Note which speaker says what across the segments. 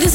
Speaker 1: this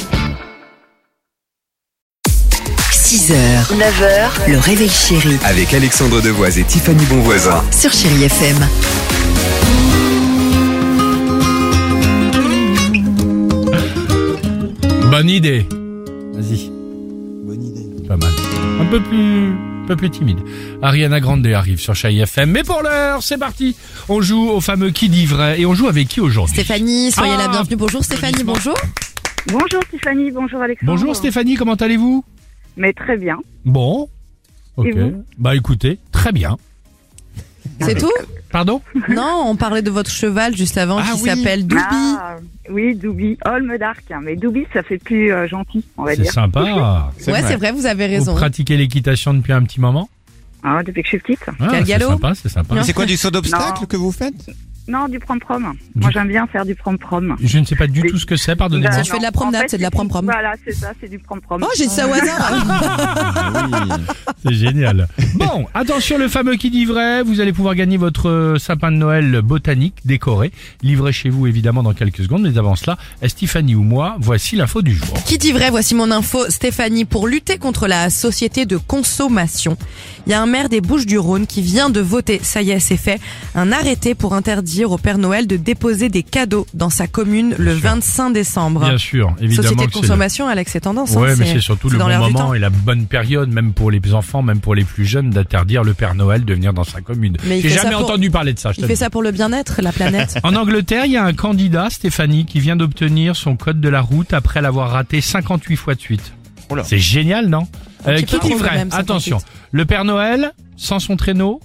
Speaker 2: 6h, 9h, le réveil chéri
Speaker 3: avec Alexandre Devoise et Tiffany Bonvoisin.
Speaker 2: sur Chérie FM.
Speaker 4: Bonne idée.
Speaker 5: Vas-y. Bonne idée.
Speaker 4: Pas mal. Un peu plus, un peu plus timide. Ariana Grande arrive sur Chai FM. Mais pour l'heure, c'est parti. On joue au fameux qui dit vrai. Et on joue avec qui aujourd'hui
Speaker 2: Stéphanie, soyez
Speaker 4: Ah.
Speaker 2: la bienvenue. Bonjour Stéphanie, bonjour.
Speaker 6: Bonjour Tiffany, bonjour Alexandre.
Speaker 4: Bonjour Stéphanie, comment allez-vous
Speaker 6: Mais très bien.
Speaker 4: Bon.
Speaker 6: Et
Speaker 4: Ok.
Speaker 6: vous
Speaker 4: Bah écoutez, très bien.
Speaker 2: C'est tout
Speaker 4: Pardon
Speaker 2: Non, on parlait de votre cheval juste avant
Speaker 4: Ah
Speaker 2: qui
Speaker 4: oui.
Speaker 2: s'appelle Doubi.
Speaker 6: Ah, oui, Doubi, Olme d'Arc. hein. Mais Doubi, ça fait plus euh, gentil, on va
Speaker 4: C'est
Speaker 6: dire.
Speaker 4: sympa.
Speaker 2: ouais, c'est vrai, vous avez
Speaker 4: Vous
Speaker 2: raison.
Speaker 4: pratiquez l'équitation depuis un petit moment
Speaker 6: Hein, depuis que je suis petite.
Speaker 4: Ah,
Speaker 2: Quel
Speaker 4: C'est
Speaker 2: galop
Speaker 4: sympa, c'est sympa.
Speaker 5: Mais c'est quoi du saut d'obstacle
Speaker 6: Non.
Speaker 5: que vous faites
Speaker 6: Non, du prom-prom. Moi, j'aime bien faire du prom-prom.
Speaker 4: Je ne sais pas du tout ce que c'est, pardonnez-moi.
Speaker 2: Ça, je fais de la
Speaker 6: En
Speaker 2: promenade,
Speaker 6: fait,
Speaker 2: c'est de la prom-prom.
Speaker 6: Voilà, c'est ça, c'est du prom-prom.
Speaker 2: Oh, j'ai dit ça au hasard.
Speaker 4: C'est génial. Bon, attention le fameux qui dit vrai. Vous allez pouvoir gagner votre euh, sapin de Noël botanique décoré, livré chez vous évidemment dans quelques secondes. Mais avant cela, Stéphanie ou moi, voici l'info du jour.
Speaker 2: Qui dit vrai, voici mon info. Stéphanie, pour lutter contre la société de consommation, il y a un maire des Bouches-du-Rhône qui vient de voter, ça y est, c'est fait, un arrêté pour interdire au Père Noël de déposer des cadeaux dans sa commune le
Speaker 4: sûr.
Speaker 2: 25 décembre.
Speaker 4: Bien sûr, évidemment.
Speaker 2: Société de
Speaker 4: que c'est-
Speaker 2: consommation, Alex, c'est tendance. hein,
Speaker 4: Ouais, mais c'est surtout
Speaker 2: c'est
Speaker 4: le
Speaker 2: dans
Speaker 4: bon
Speaker 2: l'air du
Speaker 4: moment
Speaker 2: temps.
Speaker 4: et la bonne période, même pour les enfants, même pour les plus jeunes, d'interdire le Père Noël de venir dans sa commune.
Speaker 2: Mais il
Speaker 4: J'ai
Speaker 2: fait ça
Speaker 4: jamais
Speaker 2: pour-
Speaker 4: entendu parler de ça. je
Speaker 2: Il
Speaker 4: te
Speaker 2: fait
Speaker 4: le
Speaker 2: ça pour le bien-être, la planète.
Speaker 4: En Angleterre, il y a un candidat, Stéphanie, qui vient d'obtenir son code de la route après l'avoir raté 58 fois de suite.
Speaker 5: Oh là.
Speaker 4: C'est génial, non Euh,
Speaker 2: petit
Speaker 4: Qui
Speaker 2: peu
Speaker 4: dit
Speaker 2: trop, quand
Speaker 4: vrai
Speaker 2: même, 58.
Speaker 4: Attention, le Père Noël, sans son traîneau,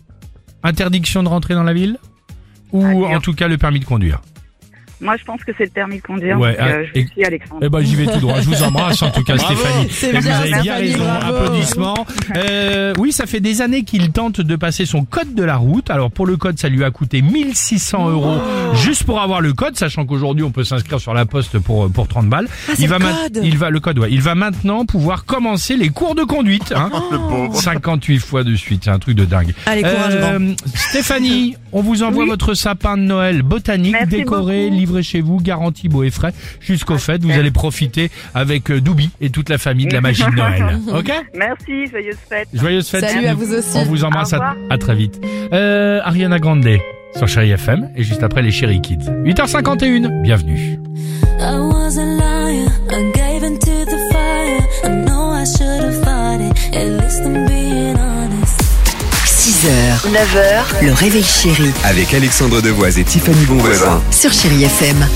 Speaker 4: interdiction de rentrer dans la ville ou
Speaker 6: Ah, dur.
Speaker 4: en tout cas le permis de conduire.
Speaker 6: Moi, je pense que c'est le permis de conduire.
Speaker 4: Ouais,
Speaker 6: donc, euh,
Speaker 4: ah,
Speaker 6: je vous
Speaker 4: et-
Speaker 6: suis Alexandre.
Speaker 4: Eh ben j'y vais tout droit. Je vous embrasse en tout cas
Speaker 5: Bravo.
Speaker 4: Stéphanie.
Speaker 2: C'est
Speaker 4: Et
Speaker 2: bien,
Speaker 4: vous avez bien
Speaker 2: Stéphanie,
Speaker 4: raison.
Speaker 2: bravo.
Speaker 4: Applaudissements. Euh, oui, ça fait des années qu'il tente de passer son code de la route. Alors pour le code, ça lui a coûté
Speaker 2: Oh.
Speaker 4: 1600 euros juste pour avoir le code, sachant qu'aujourd'hui on peut s'inscrire sur la poste pour pour 30 balles.
Speaker 2: Ah, c'est le
Speaker 4: va ma-
Speaker 2: code.
Speaker 4: il va le code. Ouais. Il va maintenant pouvoir commencer les cours de conduite. Hein.
Speaker 2: Oh.
Speaker 4: 58 fois de suite, c'est un truc de dingue.
Speaker 2: Allez, courage,
Speaker 4: Euh, Stéphanie, on vous envoie votre sapin de Noël botanique,
Speaker 6: Merci
Speaker 4: décoré,
Speaker 6: beaucoup.
Speaker 4: livré chez vous, garanti beau et frais. Jusqu'au fait, vous
Speaker 6: super.
Speaker 4: allez profiter avec euh, Doubi et toute la famille de la magie de Noël. Ok
Speaker 6: Merci, joyeuse fête.
Speaker 4: Joyeuses fêtes.
Speaker 2: Salut à vous aussi.
Speaker 4: On vous embrasse.
Speaker 6: Au
Speaker 4: À,
Speaker 6: revoir.
Speaker 4: à très vite. Euh, Ariana Grande sur Chéri FM et juste après les Chéri Kids. 8h51. Bienvenue.
Speaker 7: I was a liar. I gave into the fire. I know I should have fought it. At least I'm being honest.
Speaker 2: 6h, 9h, le réveil chéri
Speaker 3: Avec Alexandre Devoise et Tiffany Bonvoisin.
Speaker 2: sur Chérie FM.